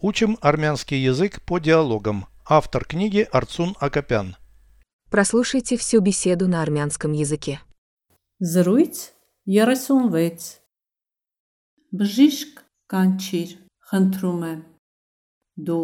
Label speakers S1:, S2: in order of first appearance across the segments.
S1: Учим армянский язык по диалогам. Автор книги Арцун Акопян.
S2: Прослушайте всю беседу на армянском языке.
S3: Զրույց 36 Բժիշկ կանչիր, խնդրում եմ։ Դու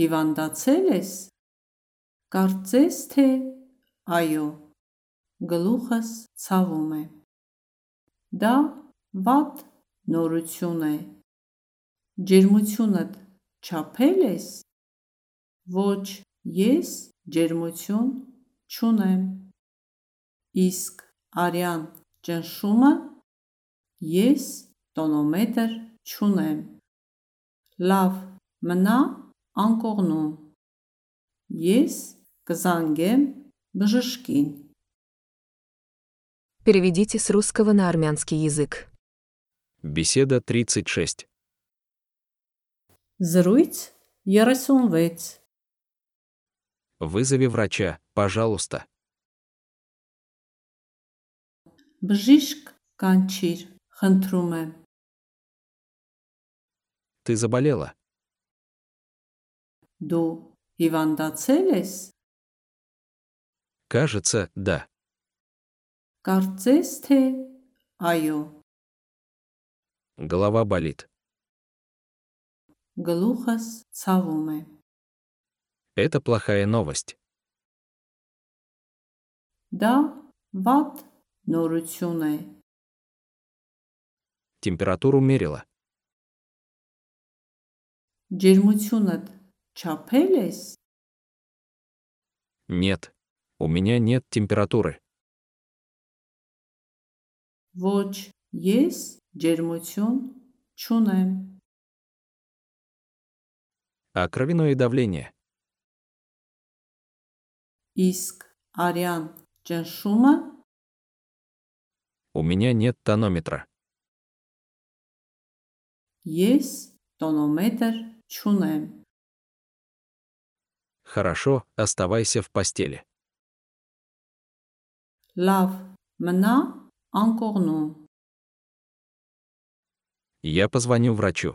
S3: հիվանդացել ես։ Կարծես թե այո։ Գլուխս ցավում է։ Դա վատ նորություն է։ Ջերմությունդ չափել ես։ Ոչ, ես ջերմություն չունեմ։ Իսկ արյան ճնշումը ես տոնոմետր չունեմ։ Լավ, մնա անկողնում։ Ես կզանգեմ բժշկին։
S2: Переведите с русского на армянский язык.
S4: Беседа 36.
S3: Զրույց 36
S4: Вызови врача, пожалуйста.
S3: Բժիշկ կանչիր, խնդրում եմ։
S4: Ты заболела.
S3: Դու հիվանդացել ես։
S4: Кажется, да.
S3: Կարծես թե այո։
S4: Голова болит.
S3: Գլուխս ցավում է։
S4: Это плохая новость.
S3: Դա վատ նորություն է։
S4: Температуру мерила.
S3: Ջերմությունդ չափել ես։
S4: Нет. У меня нет температуры.
S3: Ոչ, ես ջերմություն չունեմ։
S4: А кровяное давление?
S3: Իսկ արյան ճնշումը
S4: У меня нет тонометра.
S3: ես տոնոմետր չունեմ։
S4: Хорошо, оставайся в постели.
S3: Լավ, մնա անկողնում։
S4: Я позвоню врачу.